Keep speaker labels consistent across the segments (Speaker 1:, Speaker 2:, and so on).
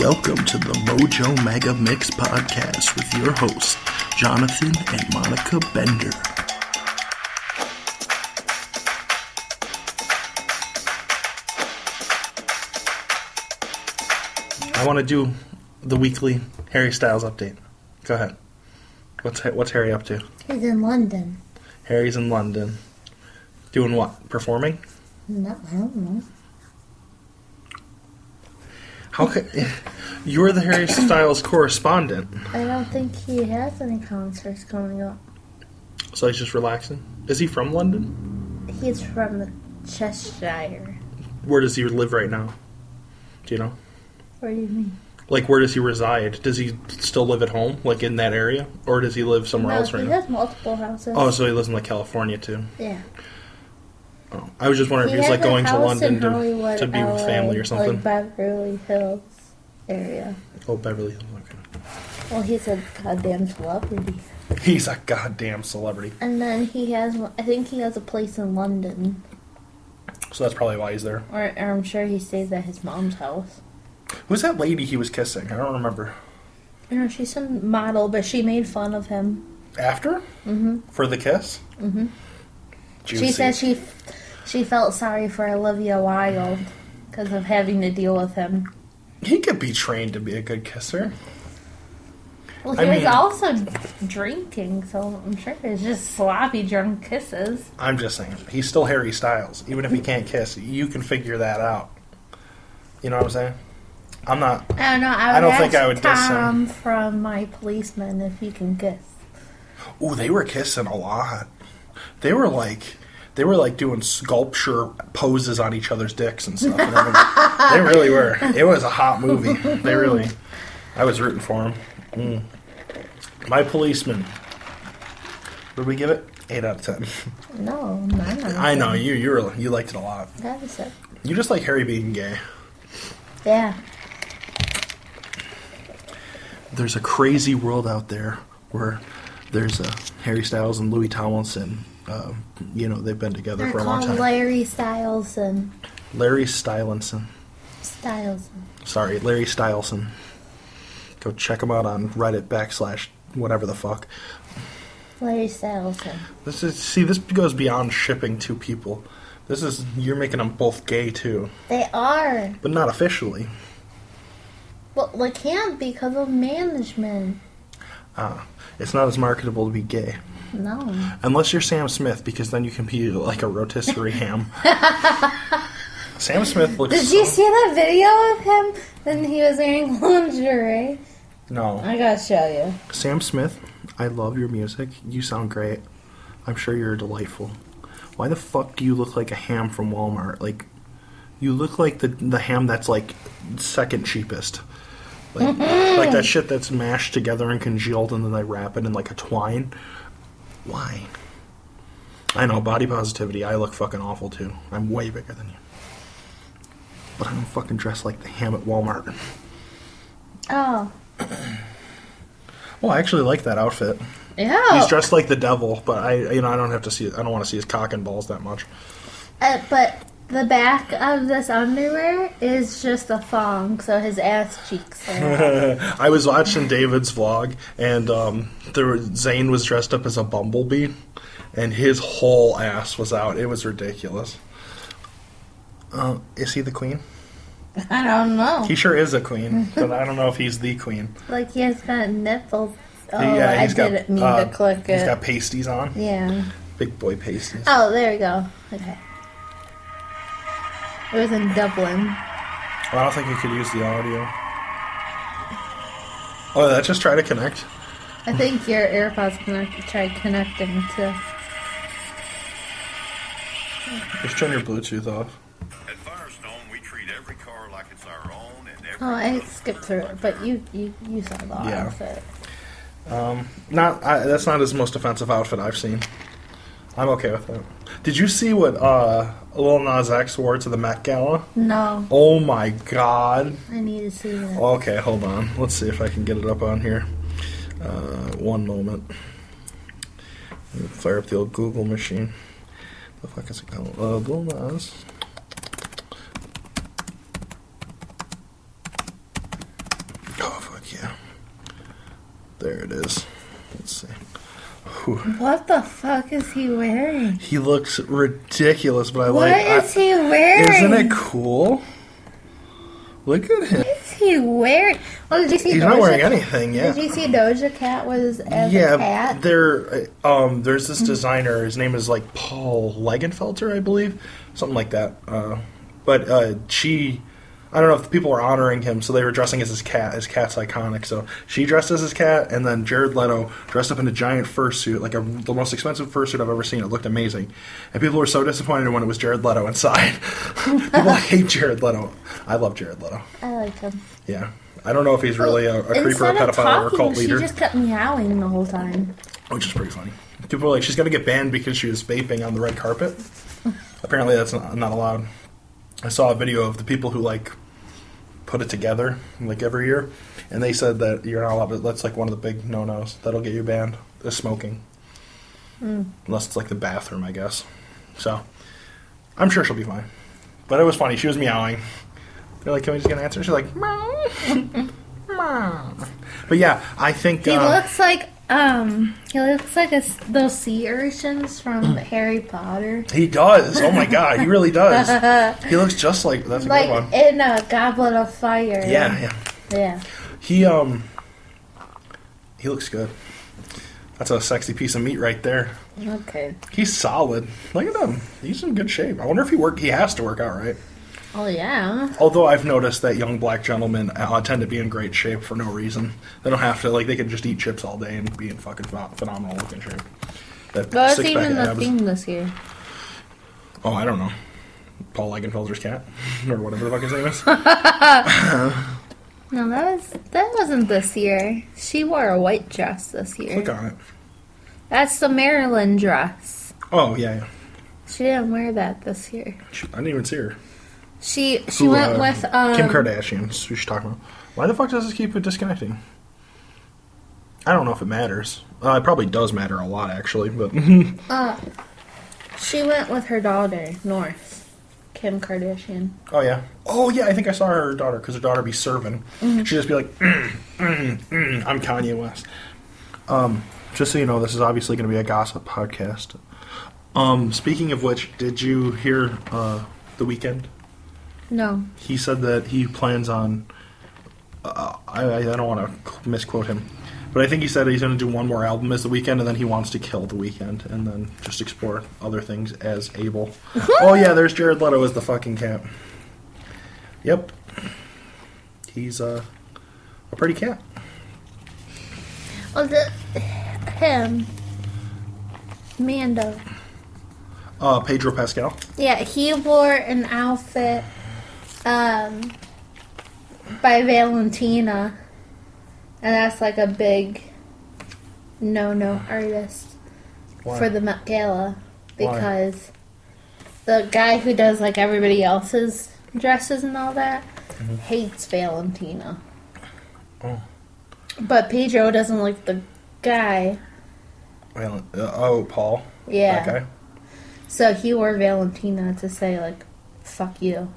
Speaker 1: Welcome to the Mojo Mega Mix podcast with your hosts, Jonathan and Monica Bender. I want to do the weekly Harry Styles update. Go ahead. What's what's Harry up to?
Speaker 2: He's in London.
Speaker 1: Harry's in London. Doing what? Performing?
Speaker 2: No, I don't know.
Speaker 1: How could you're the Harry Styles correspondent?
Speaker 2: I don't think he has any concerts coming up.
Speaker 1: So he's just relaxing. Is he from London?
Speaker 2: He's from the Cheshire.
Speaker 1: Where does he live right now? Do you know?
Speaker 2: What do you mean?
Speaker 1: Like where does he reside? Does he still live at home, like in that area, or does he live somewhere
Speaker 2: no,
Speaker 1: else
Speaker 2: he
Speaker 1: right now?
Speaker 2: has multiple houses.
Speaker 1: Oh, so he lives in like California too.
Speaker 2: yeah.
Speaker 1: Oh. I was just wondering
Speaker 2: He
Speaker 1: if
Speaker 2: has
Speaker 1: he was like
Speaker 2: a
Speaker 1: going to
Speaker 2: house
Speaker 1: London
Speaker 2: in
Speaker 1: to,
Speaker 2: Hollywood,
Speaker 1: to be with
Speaker 2: LA,
Speaker 1: family or something.
Speaker 2: Like Beverly Hills area.
Speaker 1: oh, Beverly Hills. Okay.
Speaker 2: Well, he's a goddamn celebrity.
Speaker 1: He's a goddamn celebrity,
Speaker 2: And then he has, I think he has a place in London,
Speaker 1: so that's probably why he's there.
Speaker 2: or, or I'm sure he stays at his mom's house.
Speaker 1: Who's that lady he was kissing? I don't remember.
Speaker 2: You know, she's some model, but she made fun of him.
Speaker 1: After
Speaker 2: Mm-hmm.
Speaker 1: for the kiss. Mm-hmm.
Speaker 2: She said she she felt sorry for Olivia Wilde because of having to deal with him.
Speaker 1: he could be trained to be a good kisser.
Speaker 2: Well,
Speaker 1: I
Speaker 2: he was
Speaker 1: mean-
Speaker 2: also drinking, so I'm sure it's just sloppy drunk kisses.
Speaker 1: I'm just saying, he's still Harry Styles. Even if he can't kiss, you can figure that out. You know what I'm saying? I'm not.
Speaker 2: I don't know. I, would
Speaker 1: don't think
Speaker 2: ask
Speaker 1: I would diss him.
Speaker 2: Tom from My Policeman if he can kiss.
Speaker 1: Ooh, they were kissing a lot. They were like, they were like doing sculpture poses on each other's dicks and stuff. And everything. they really were. It was a hot movie. They really. I was rooting for him. Mm. My policeman. What did we give it? Eight out of ten.
Speaker 2: No, nine out of
Speaker 1: I know
Speaker 2: ten.
Speaker 1: you. You were you liked it a lot.
Speaker 2: That is it.
Speaker 1: You just like Harry being gay.
Speaker 2: Yeah.
Speaker 1: there's a crazy world out there where there's a Harry Styles and Louis Tomlinson. Uh, you know, they've been together
Speaker 2: They're
Speaker 1: for a long
Speaker 2: called
Speaker 1: time.
Speaker 2: Larry Styles and
Speaker 1: Larry Stylinson.
Speaker 2: Styles.
Speaker 1: Sorry, Larry Styleson. Go check him out on Reddit backslash whatever the fuck.
Speaker 2: Larry Styles. and-
Speaker 1: This is see, this goes beyond shipping two people. This is you're making them both gay too,
Speaker 2: They are.
Speaker 1: but not officially.
Speaker 2: Well, they can't because of management.
Speaker 1: Ah, it's not as marketable to be gay
Speaker 2: No.
Speaker 1: unless you're Sam Smith, because then you can be like a rotisserie ham. Sam Smith looks.
Speaker 2: Did
Speaker 1: so-
Speaker 2: you see that video of him when he was wearing lingerie?
Speaker 1: No.
Speaker 2: I gotta show you.
Speaker 1: Sam Smith, I love your music. You sound great. I'm sure you're delightful. Why the fuck do you look like a ham from Walmart? Like, you look like the the ham that's like second cheapest. Like, like that shit that's mashed together and congealed and then they wrap it in like a twine. Why? I know, body positivity. I look fucking awful too. I'm way bigger than you. But I don't fucking dress like the ham at Walmart.
Speaker 2: Oh.
Speaker 1: Well, I actually like that outfit.
Speaker 2: Yeah.
Speaker 1: He's dressed like the devil, but I, you know, I don't have to see. I don't want to see his cock and balls that much.
Speaker 2: Uh, but the back of this underwear is just a thong, so his ass cheeks are. out.
Speaker 1: I was watching David's vlog, and um, there was, Zane was dressed up as a bumblebee, and his whole ass was out. It was ridiculous. Uh, is he the queen?
Speaker 2: I don't know.
Speaker 1: He sure is a queen, but I don't know if he's the queen.
Speaker 2: Like he has got nipples. Oh,
Speaker 1: yeah,
Speaker 2: I
Speaker 1: he's got.
Speaker 2: didn't mean
Speaker 1: uh,
Speaker 2: to click
Speaker 1: He's
Speaker 2: it.
Speaker 1: got pasties on,
Speaker 2: yeah.
Speaker 1: big boy pasties.
Speaker 2: Oh, there we go. Okay. It was in Dublin.
Speaker 1: Well, I don't think we could use the audio. Oh, that just try to connect.
Speaker 2: I think your AirPods connect, tried connecting to.
Speaker 1: Just turn your Bluetooth off.
Speaker 3: At Firestone, we treat every car like it's our own and every.
Speaker 2: Oh, I skipped through it, but you you, you saw the
Speaker 1: Yeah.
Speaker 2: outfit.
Speaker 1: Not I, that's not his most offensive outfit I've seen. I'm okay with that. Did you see what uh, Lil Nas X wore to the Met Gala?
Speaker 2: No,
Speaker 1: Oh my God!
Speaker 2: I need to see that.
Speaker 1: Okay, hold on. Let's see if I can get it up on here. Uh, one moment. Let me Fire up the old Google machine. The fuck is it called? Uh, Lil Nas. Oh, There it is. Let's see.
Speaker 2: What the fuck is he wearing?
Speaker 1: He looks ridiculous, but I
Speaker 2: What
Speaker 1: like. I-
Speaker 2: is he wearing?
Speaker 1: Isn't it cool? Look at him.
Speaker 2: What is he wearing? Oh, did you see?
Speaker 1: He's
Speaker 2: Doja
Speaker 1: not wearing
Speaker 2: Cat?
Speaker 1: anything. Yeah.
Speaker 2: Did you see Doja Cat was as
Speaker 1: yeah,
Speaker 2: a cat?
Speaker 1: there. Um, there's this designer. His name is like Paul Legenfelter, I believe, something like that. Uh, but uh, she, I don't know if people were honoring him, so they were dressing as his cat. His cat's iconic, so she dressed as his cat, and then Jared Leto dressed up in a giant fursuit, like a, the most expensive fursuit I've ever seen. It looked amazing, and people were so disappointed when it was Jared Leto inside. people hate Jared Leto. I love Jared Leto.
Speaker 2: I like him.
Speaker 1: Yeah. I don't know if he's really a, a creeper, a
Speaker 2: Instead of
Speaker 1: pedophile, or a
Speaker 2: talking,
Speaker 1: cult
Speaker 2: she
Speaker 1: leader
Speaker 2: just kept meowing the whole time.
Speaker 1: which is pretty funny. People are like, she's going to get banned because she was vaping on the red carpet. Apparently, that's not, not allowed. I saw a video of the people who like put it together like every year, and they said that you're not allowed. To, that's like one of the big no-nos that'll get you banned is smoking, unless it's like the bathroom, I guess. So, I'm sure she'll be fine. But it was funny. She was meowing. They're like, "Can we just get an answer?" She's like, "Meow, meow." But yeah, I think
Speaker 2: He
Speaker 1: uh,
Speaker 2: looks like um, he looks like a s those sea urchins
Speaker 1: Hmm.
Speaker 2: from Harry Potter,
Speaker 1: He does. Oh my god, he really does. He looks just like that's a good
Speaker 2: like
Speaker 1: one.
Speaker 2: in a Goblet of Fire.
Speaker 1: Yeah, yeah.
Speaker 2: yeah.
Speaker 1: He um he looks good. That's a sexy piece of meat right there.
Speaker 2: Okay.
Speaker 1: He's solid. Look at him. He's in good shape. I wonder if he work he has to work out, right?
Speaker 2: Oh yeah.
Speaker 1: Although I've noticed that young black gentlemen uh, tend to be in great shape for no reason. They don't have to like they can just eat chips all day and be in fucking ph- phenomenal looking shape. That
Speaker 2: What's
Speaker 1: six-pack
Speaker 2: even the
Speaker 1: abs-
Speaker 2: theme this year?
Speaker 1: Oh, I don't know. Paul Eigenfelder's cat or whatever the fuck his name is.
Speaker 2: No, that was that wasn't this year. She wore a white dress this year.
Speaker 1: Click on it.
Speaker 2: That's the Maryland dress.
Speaker 1: Oh yeah, yeah.
Speaker 2: She didn't wear that this year.
Speaker 1: She- I didn't even see her.
Speaker 2: She she
Speaker 1: Who,
Speaker 2: went
Speaker 1: uh,
Speaker 2: with um,
Speaker 1: Kim Kardashian. That's who she's talking about. Why the fuck does this keep disconnecting? I don't know if it matters. Uh, it probably does matter a lot, actually. But
Speaker 2: Mm-hmm. She went with her daughter North, Kim Kardashian.
Speaker 1: oh yeah, oh yeah. I think I saw her daughter because her daughter be serving.
Speaker 2: Mm-hmm.
Speaker 1: She'd just be like, mm, mm, mm, "I'm Kanye West." Um, just so you know, this is obviously going to be a gossip podcast. Um, speaking of which, did you hear uh, the weekend?
Speaker 2: No,
Speaker 1: he said that he plans on. Uh, I, I don't want to misquote him, but I think he said he's going to do one more album as the weekend, and then he wants to kill the weekend, and then just explore other things as able. oh yeah, there's Jared Leto as the fucking cat. Yep, he's uh, a pretty cat.
Speaker 2: oh the him, Mando.
Speaker 1: Uh, Pedro Pascal.
Speaker 2: Yeah, he wore an outfit um by Valentina. And that's like a big no no artist
Speaker 1: Why?
Speaker 2: for the Met Gala because the guy who does like everybody else's dresses and all that hates Valentina.
Speaker 1: Mm-hmm. Oh.
Speaker 2: But Pedro doesn't like the guy.
Speaker 1: Well, uh, oh Paul.
Speaker 2: Yeah.
Speaker 1: That guy.
Speaker 2: So he wore Valentina to say like fuck you.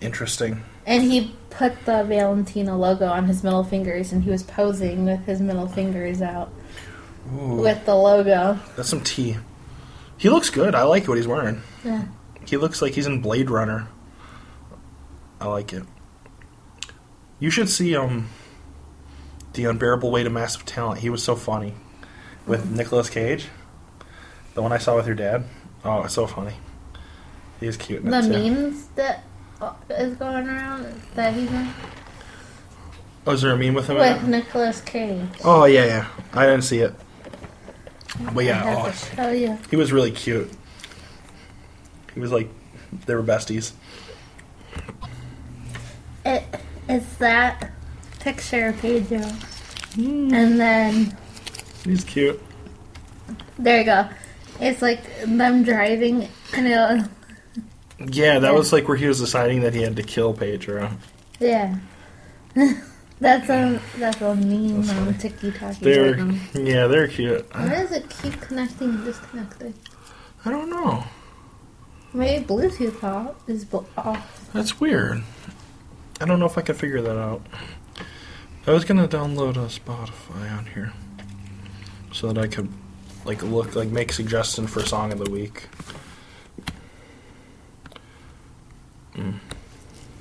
Speaker 1: Interesting.
Speaker 2: And he put the Valentina logo on his middle fingers, and he was posing with his middle fingers out
Speaker 1: Ooh,
Speaker 2: with the logo.
Speaker 1: that's some tea. He looks good. I like what he's wearing.
Speaker 2: Yeah.
Speaker 1: He looks like he's in Blade Runner. I like it. You should see um the unbearable weight of massive talent. He was so funny with Nicolas Cage. The one I saw with your dad. Oh, it's so funny. He is cute. in
Speaker 2: The
Speaker 1: it, too.
Speaker 2: memes that uh, is going around that he's in
Speaker 1: Oh, is there a meme with him? in
Speaker 2: with
Speaker 1: it?
Speaker 2: Nicolas Cage.
Speaker 1: Oh yeah, yeah. I didn't see it. But
Speaker 2: I
Speaker 1: yeah,
Speaker 2: have
Speaker 1: oh,
Speaker 2: to show you.
Speaker 1: he was really cute. He was like they were besties.
Speaker 2: It, it's that picture of Pedro. And then,
Speaker 1: He's cute.
Speaker 2: there you go. It's like them driving, and it,
Speaker 1: Yeah, that was like where he was deciding that he had to kill Pedro.
Speaker 2: yeah. that's a that's a meme on TikTok.
Speaker 1: They're
Speaker 2: right now.
Speaker 1: yeah, they're cute. I,
Speaker 2: Why does it keep connecting and disconnecting?
Speaker 1: I don't know.
Speaker 2: Maybe Bluetooth off is bl- off.
Speaker 1: That's weird. I don't know if I could figure that out. I was gonna download a Spotify on here. so that I could like look like make suggestion for song of the week.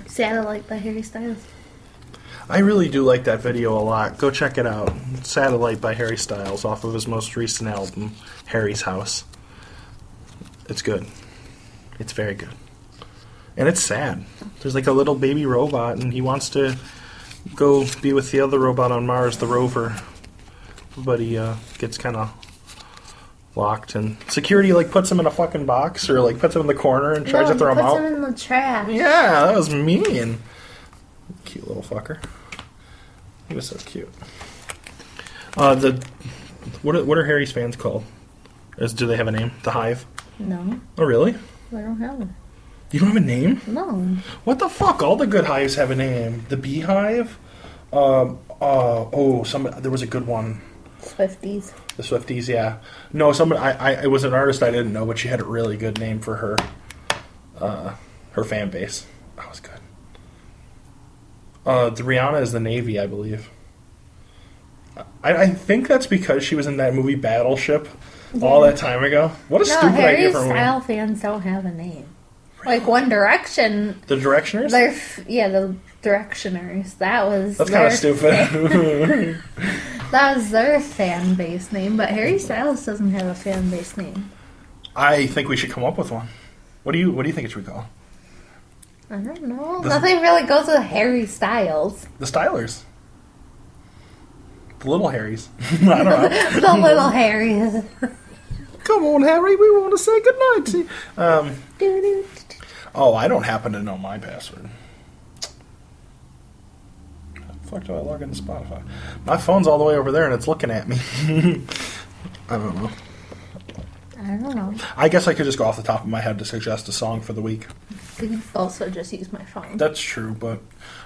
Speaker 2: See, I don't like by Harry Styles.
Speaker 1: I really do like that video a lot. Go check it out. Satellite by Harry Styles off of his most recent album, Harry's House. It's good. It's very good. And it's sad. There's like a little baby robot and he wants to go be with the other robot on Mars, the rover. But he uh, gets kind of locked and security like puts him in a fucking box or like puts him in the corner and tries
Speaker 2: no,
Speaker 1: to throw
Speaker 2: he
Speaker 1: him
Speaker 2: puts
Speaker 1: out.
Speaker 2: him in the trash.
Speaker 1: Yeah, that was mean. Cute little fucker. He was so cute. Uh, the what are, what are Harry's fans called? Is, do they have a name? The Hive.
Speaker 2: No,
Speaker 1: Oh, really?
Speaker 2: I don't have one.
Speaker 1: You don't have a name?
Speaker 2: No.
Speaker 1: What the fuck? All the good hives have a name. The Beehive. Um. Uh. Oh. Some. There was a good one.
Speaker 2: Swifties.
Speaker 1: The Swifties. Yeah. No. Someone. I. I. It was an artist I didn't know, but she had a really good name for her. Uh, her fan base. That was good. Uh, the Rihanna is the Navy, I believe. I, I think that's because she was in that movie Battleship all that time ago. What a
Speaker 2: No,
Speaker 1: stupid idea
Speaker 2: Harry
Speaker 1: for a
Speaker 2: Style
Speaker 1: movie.
Speaker 2: fans don't have a name. Like One Direction,
Speaker 1: The Directioners?
Speaker 2: they're f- yeah the Directioners. That was
Speaker 1: That's kind
Speaker 2: their
Speaker 1: of stupid.
Speaker 2: That was their fan base name, but Harry Styles doesn't have a fan base name.
Speaker 1: I think we should come up with one. What do you What do you think it should be called?
Speaker 2: I don't know.
Speaker 1: Does-
Speaker 2: Nothing really goes with Harry Styles.
Speaker 1: The Stylers. The Little Harrys. I don't know.
Speaker 2: The little Harrys.
Speaker 1: come on, Harry. We want to say goodnight to you. Um,
Speaker 2: Doo-doo.
Speaker 1: oh, I don't happen to know my password. How the fuck do I log into Spotify? My phone's all the way over there and it's looking at me. I don't know.
Speaker 2: I don't know.
Speaker 1: I guess I could just go off the top of my head to suggest a song for the week.
Speaker 2: We could also just use my phone.
Speaker 1: That's true, but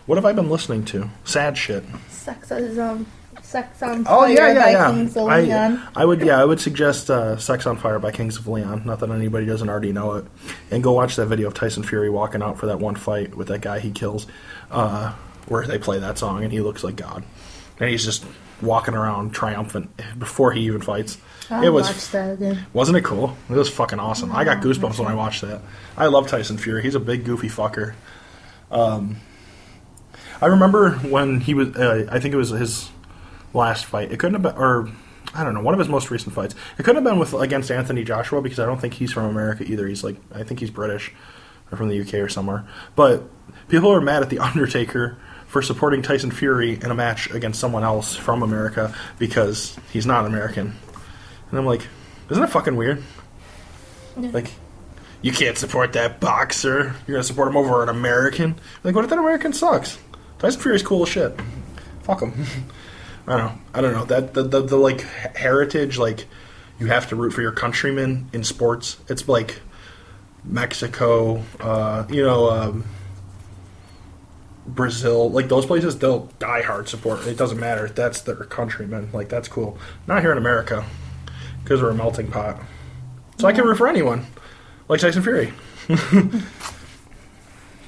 Speaker 1: what have I been listening to? Sad shit.
Speaker 2: Sex is um, sex on
Speaker 1: Oh
Speaker 2: fire
Speaker 1: yeah, yeah,
Speaker 2: by
Speaker 1: yeah.
Speaker 2: Kings of Leon.
Speaker 1: I, I would, yeah, I would suggest uh, "Sex on Fire" by Kings of Leon. Not that anybody doesn't already know it, and go watch that video of Tyson Fury walking out for that one fight with that guy he kills, uh, where they play that song and he looks like God, and he's just walking around triumphant before he even fights.
Speaker 2: I'll
Speaker 1: it was,
Speaker 2: watch that again.
Speaker 1: wasn't it cool? It was fucking awesome. I got goosebumps when I watched that. I love Tyson Fury. He's a big goofy fucker. Um, I remember when he was. Uh, I think it was his last fight. It couldn't have been, or I don't know, one of his most recent fights. It couldn't have been with against Anthony Joshua because I don't think he's from America either. He's like, I think he's British or from the UK or somewhere. But people are mad at the Undertaker for supporting Tyson Fury in a match against someone else from America because he's not American. And I'm like, isn't that fucking weird? Like. You can't support that boxer. You're gonna support him over an American. Like, what if that American sucks? Tyson Fury's cool as shit. Fuck him. I don't know. I don't know. That the, the the like heritage, like you have to root for your countrymen in sports. It's like Mexico, uh, you know, um, Brazil, like those places. They'll die hard support. It doesn't matter. That's their countrymen. Like that's cool. Not here in America because we're a melting pot. So I can root for anyone, like Tyson Fury.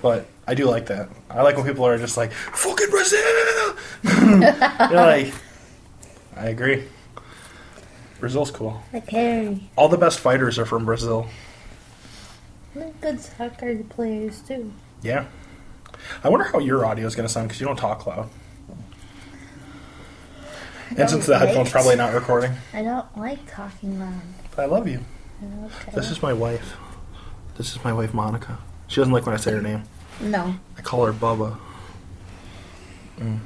Speaker 1: But I do like that. I like when people are just like, fucking Brazil! You're like, I agree. Brazil's cool.
Speaker 2: Like Harry,
Speaker 1: All the best fighters are from Brazil.
Speaker 2: They're good soccer players too.
Speaker 1: Yeah. I wonder how your audio is going to sound because you don't talk loud. And since the
Speaker 2: Don't
Speaker 1: headphone's
Speaker 2: wait.
Speaker 1: probably not recording,
Speaker 2: I don't like talking loud.
Speaker 1: but I love you.
Speaker 2: I don't care.
Speaker 1: This is my wife. This is my wife, Monica. She doesn't like when I say her name.
Speaker 2: no.
Speaker 1: I call her Bubba. Mm.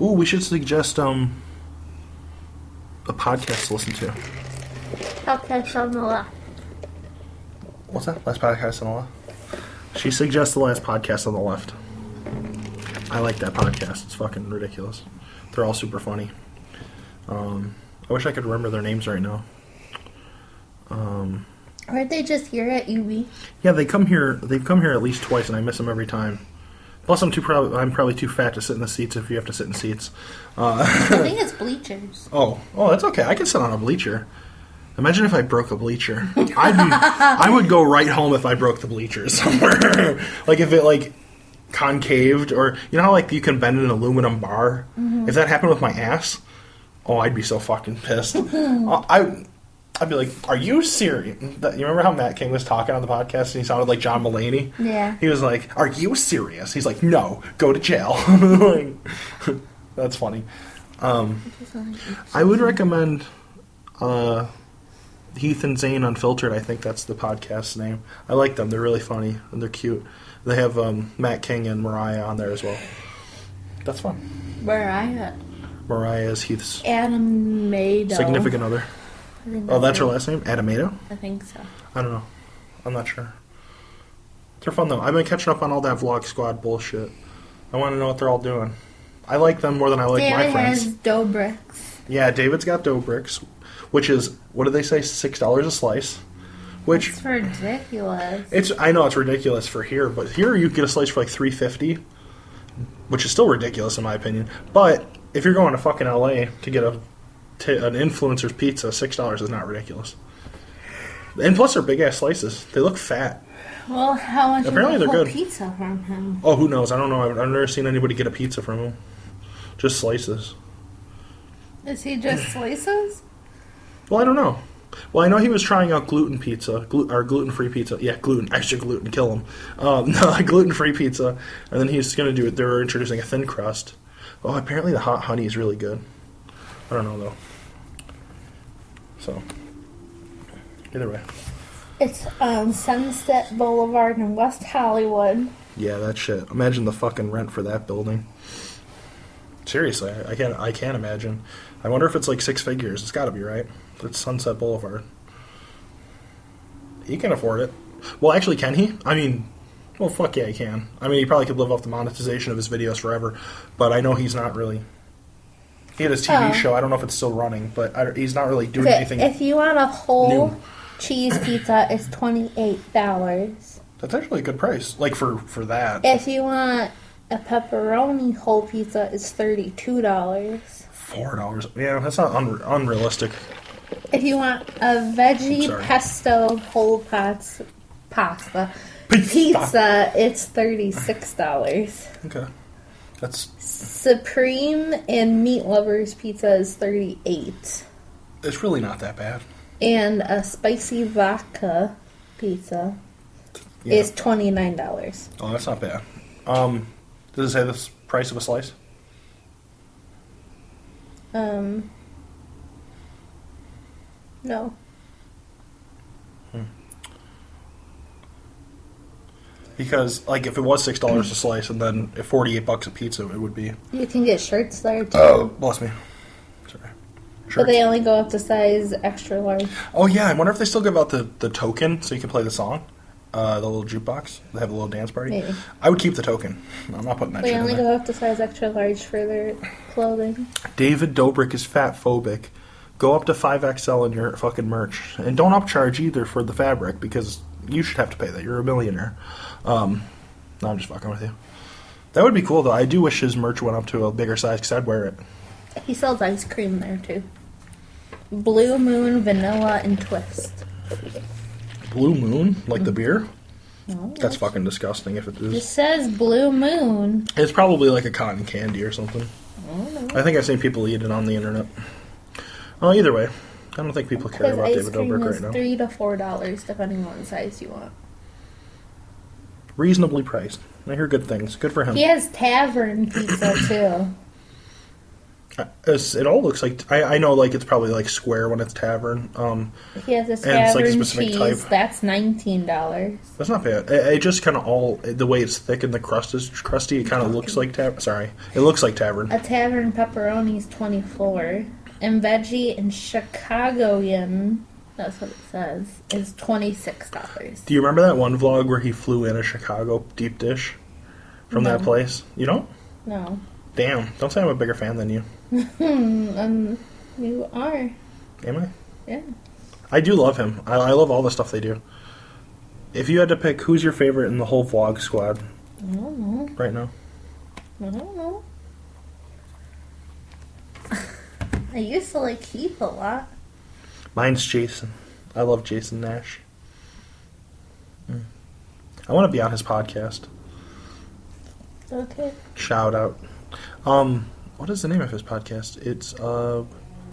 Speaker 1: Ooh, we should suggest um a podcast to listen to.
Speaker 2: Okay, so on the left.
Speaker 1: What's that? Last podcast on the left. She suggests the last podcast on the left. I like that podcast. It's fucking ridiculous. They're all super funny. Um, I wish I could remember their names right now.
Speaker 2: Weren't they just here at UB?
Speaker 1: Yeah, they come here. They've come here at least twice, and I miss them every time. Plus, I'm too prob- I'm probably too fat to sit in the seats if you have to sit in seats.
Speaker 2: I think it's bleachers.
Speaker 1: Oh, oh, that's okay. I can sit on a bleacher. Imagine if I broke a bleacher. I'd be, I would go right home if I broke the bleachers somewhere. like if it like concaved or you know how like you can bend an aluminum bar. If that happened with my ass, Oh, I'd be so fucking pissed. Uh, I, I'd be like, "Are you serious?" That- You remember how Matt King was talking on the podcast and he sounded like John Mulaney?
Speaker 2: Yeah.
Speaker 1: He was like, "Are you serious?" He's like, "No, go to jail." Like, that's funny. I would recommend uh, Heath and Zane Unfiltered. I think that's the podcast name. I like them. They're really funny and they're cute. They have um, Matt King and Mariah on there as well. That's fun.
Speaker 2: Where I at?
Speaker 1: Mariah is Heath's
Speaker 2: Adam Mado.
Speaker 1: significant other.
Speaker 2: I think
Speaker 1: Oh, that's her
Speaker 2: it.
Speaker 1: last name? Adamato?
Speaker 2: I think so.
Speaker 1: I don't know. I'm not sure. They're fun though. I've been catching up on all that Vlog Squad bullshit. I want to know what they're all doing. I like them more than I like
Speaker 2: David
Speaker 1: my friends.
Speaker 2: has Dobricks.
Speaker 1: Yeah, David's got dough bricks, which is what do they say, six dollars a slice? Which
Speaker 2: It's ridiculous.
Speaker 1: it's I know it's ridiculous for here, but here you get a slice for like three fifty, which is still ridiculous in my opinion. But if you're going to fucking LA to get a t- an influencer's pizza, six dollars is not ridiculous. And plus, they're big ass slices. They look fat.
Speaker 2: Well, how much
Speaker 1: Apparently
Speaker 2: is a
Speaker 1: they're
Speaker 2: whole
Speaker 1: good.
Speaker 2: pizza from him?
Speaker 1: Oh, who knows? I don't know. I've, I've never seen anybody get a pizza from them. Just slices.
Speaker 2: Is he just slices?
Speaker 1: Well, I don't know. Well, I know he was trying out gluten pizza, glu- or gluten-free pizza. Yeah, gluten, extra gluten, kill him. Um, no, gluten-free pizza, and then he's going to do it. They were introducing a thin crust. Oh, apparently the hot honey is really good. I don't know though. So, either way,
Speaker 2: It's on Sunset Boulevard in West Hollywood.
Speaker 1: yeah, that shit. Imagine the fucking rent for that building. Seriously, I, I can't. I can't imagine. I wonder if it's like six figures. It's got to be right. It's Sunset Boulevard. He can afford it. Well, actually, can he? I mean, well, fuck yeah, he can. I mean, he probably could live off the monetization of his videos forever, but I know he's not really. He had his TV
Speaker 2: Oh.
Speaker 1: show. I don't know if it's still running, but I, he's not really doing
Speaker 2: If it-
Speaker 1: anything.
Speaker 2: if you want a whole
Speaker 1: new.
Speaker 2: cheese pizza, it's $28.
Speaker 1: That's actually a good price, like for for that.
Speaker 2: If you want a pepperoni whole pizza, it's $32.
Speaker 1: Four dollars. Yeah, that's not unre- unrealistic.
Speaker 2: If you want a veggie
Speaker 1: Sorry.
Speaker 2: pesto whole pasta, pasta
Speaker 1: Pizza.
Speaker 2: pizza, it's $36.
Speaker 1: Okay, that's
Speaker 2: Supreme and Meat Lovers pizza is 38
Speaker 1: it's really not that bad.
Speaker 2: and a spicy vodka pizza
Speaker 1: Yeah.
Speaker 2: is $29.
Speaker 1: Oh, that's not bad. Um, does it say the s- price of a slice?
Speaker 2: Um No.
Speaker 1: Because like if it was six dollars a slice, and then if forty eight bucks a pizza, it would be.
Speaker 2: You can get shirts there too.
Speaker 1: Bless me. Sorry.
Speaker 2: Oh. But
Speaker 1: Oh, Shirts.
Speaker 2: they only go up to size extra large.
Speaker 1: oh yeah, I wonder if they still give out the, the token so you can play the song. Uh, the little jukebox. They have a little dance party.
Speaker 2: Maybe.
Speaker 1: I would keep the token. I'm not putting that
Speaker 2: They
Speaker 1: shit in
Speaker 2: only
Speaker 1: there.
Speaker 2: go up to size extra large for their clothing.
Speaker 1: David Dobrik is fat phobic. Go up to 5XL in your fucking merch. And don't upcharge either for the fabric because you should have to pay that. You're a millionaire. Um, no, I'm just fucking with you. That would be cool though. I do wish his merch went up to a bigger size because I'd wear it.
Speaker 2: He sells ice cream there too. Blue Moon, vanilla, and twist.
Speaker 1: Blue Moon, like the beer?
Speaker 2: No,
Speaker 1: That's fucking disgusting if it
Speaker 2: It
Speaker 1: is.
Speaker 2: says Blue Moon.
Speaker 1: It's probably like a cotton candy or something.
Speaker 2: Mm-hmm.
Speaker 1: I think I've seen people eat it on the internet. Oh, either way, I don't think people care
Speaker 2: His
Speaker 1: about
Speaker 2: ice
Speaker 1: David
Speaker 2: cream
Speaker 1: Dobrik
Speaker 2: is
Speaker 1: right now.
Speaker 2: three to four dollars, depending on the size you want.
Speaker 1: Reasonably priced. I hear good things. Good for him.
Speaker 2: He has tavern pizza too.
Speaker 1: It's, it all looks like I, I know like it's probably like square when it's tavern. Um,
Speaker 2: He has this
Speaker 1: And it's like a
Speaker 2: tavern
Speaker 1: specific
Speaker 2: cheese.
Speaker 1: type.
Speaker 2: That's nineteen dollars.
Speaker 1: that's not bad. It, it just kind of all the way it's thick and the crust is crusty. It kind of looks like tavern. Sorry, it looks like tavern.
Speaker 2: A tavern pepperoni is twenty four, and veggie and Chicagoan. That's what it says. Is twenty six dollars.
Speaker 1: Do you remember that one vlog where he flew in a Chicago deep dish from that
Speaker 2: No.
Speaker 1: place? You don't?
Speaker 2: No,
Speaker 1: Damn! Don't say I'm a bigger fan than you.
Speaker 2: um, you are.
Speaker 1: Am I?
Speaker 2: Yeah.
Speaker 1: I do love him. I, I love all the stuff they do. If you had to pick, who's your favorite in the whole vlog squad
Speaker 2: I don't know.
Speaker 1: right now?
Speaker 2: I don't know. I used to like Heath a lot.
Speaker 1: Mine's Jason. I love Jason Nash. Mm. I want to be on his podcast.
Speaker 2: Okay.
Speaker 1: Shout out. Um, what is the name of his podcast? It's uh,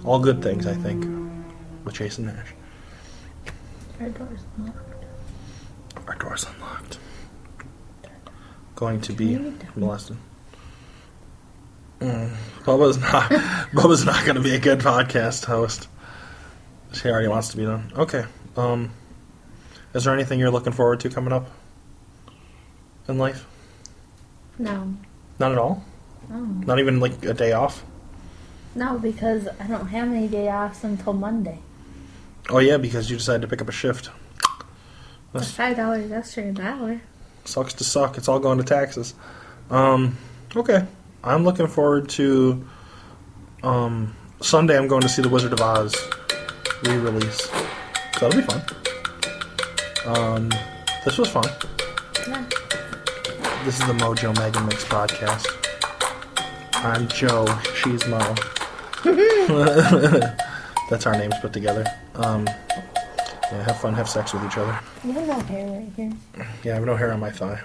Speaker 1: All good things, I think, with Jason Nash.
Speaker 2: Our door's locked.
Speaker 1: Our door's unlocked. Going to be molested. Mm, Bubba's not. Bubba's not going to be a good podcast host. She already wants to be done. Okay. Um, is there anything you're looking forward to coming up in life?
Speaker 2: No.
Speaker 1: Not at all.
Speaker 2: No.
Speaker 1: Not even like a day off.
Speaker 2: No, because I don't have any day offs until Monday.
Speaker 1: Oh yeah, because you decided to pick up a shift.
Speaker 2: The
Speaker 1: That's-
Speaker 2: five dollars extra an hour.
Speaker 1: sucks to suck. It's all going to taxes. Um, okay, I'm looking forward to um, Sunday. I'm going to see the Wizard of Oz re-release. So that'll be fun. Um, this was fun.
Speaker 2: Yeah.
Speaker 1: This is the Mojo Megan Mix podcast. I'm Joe. She's Mo. That's our names put together. Um, yeah, have fun. Have sex with each other.
Speaker 2: You have no hair right here.
Speaker 1: Yeah, I have no hair on my thigh.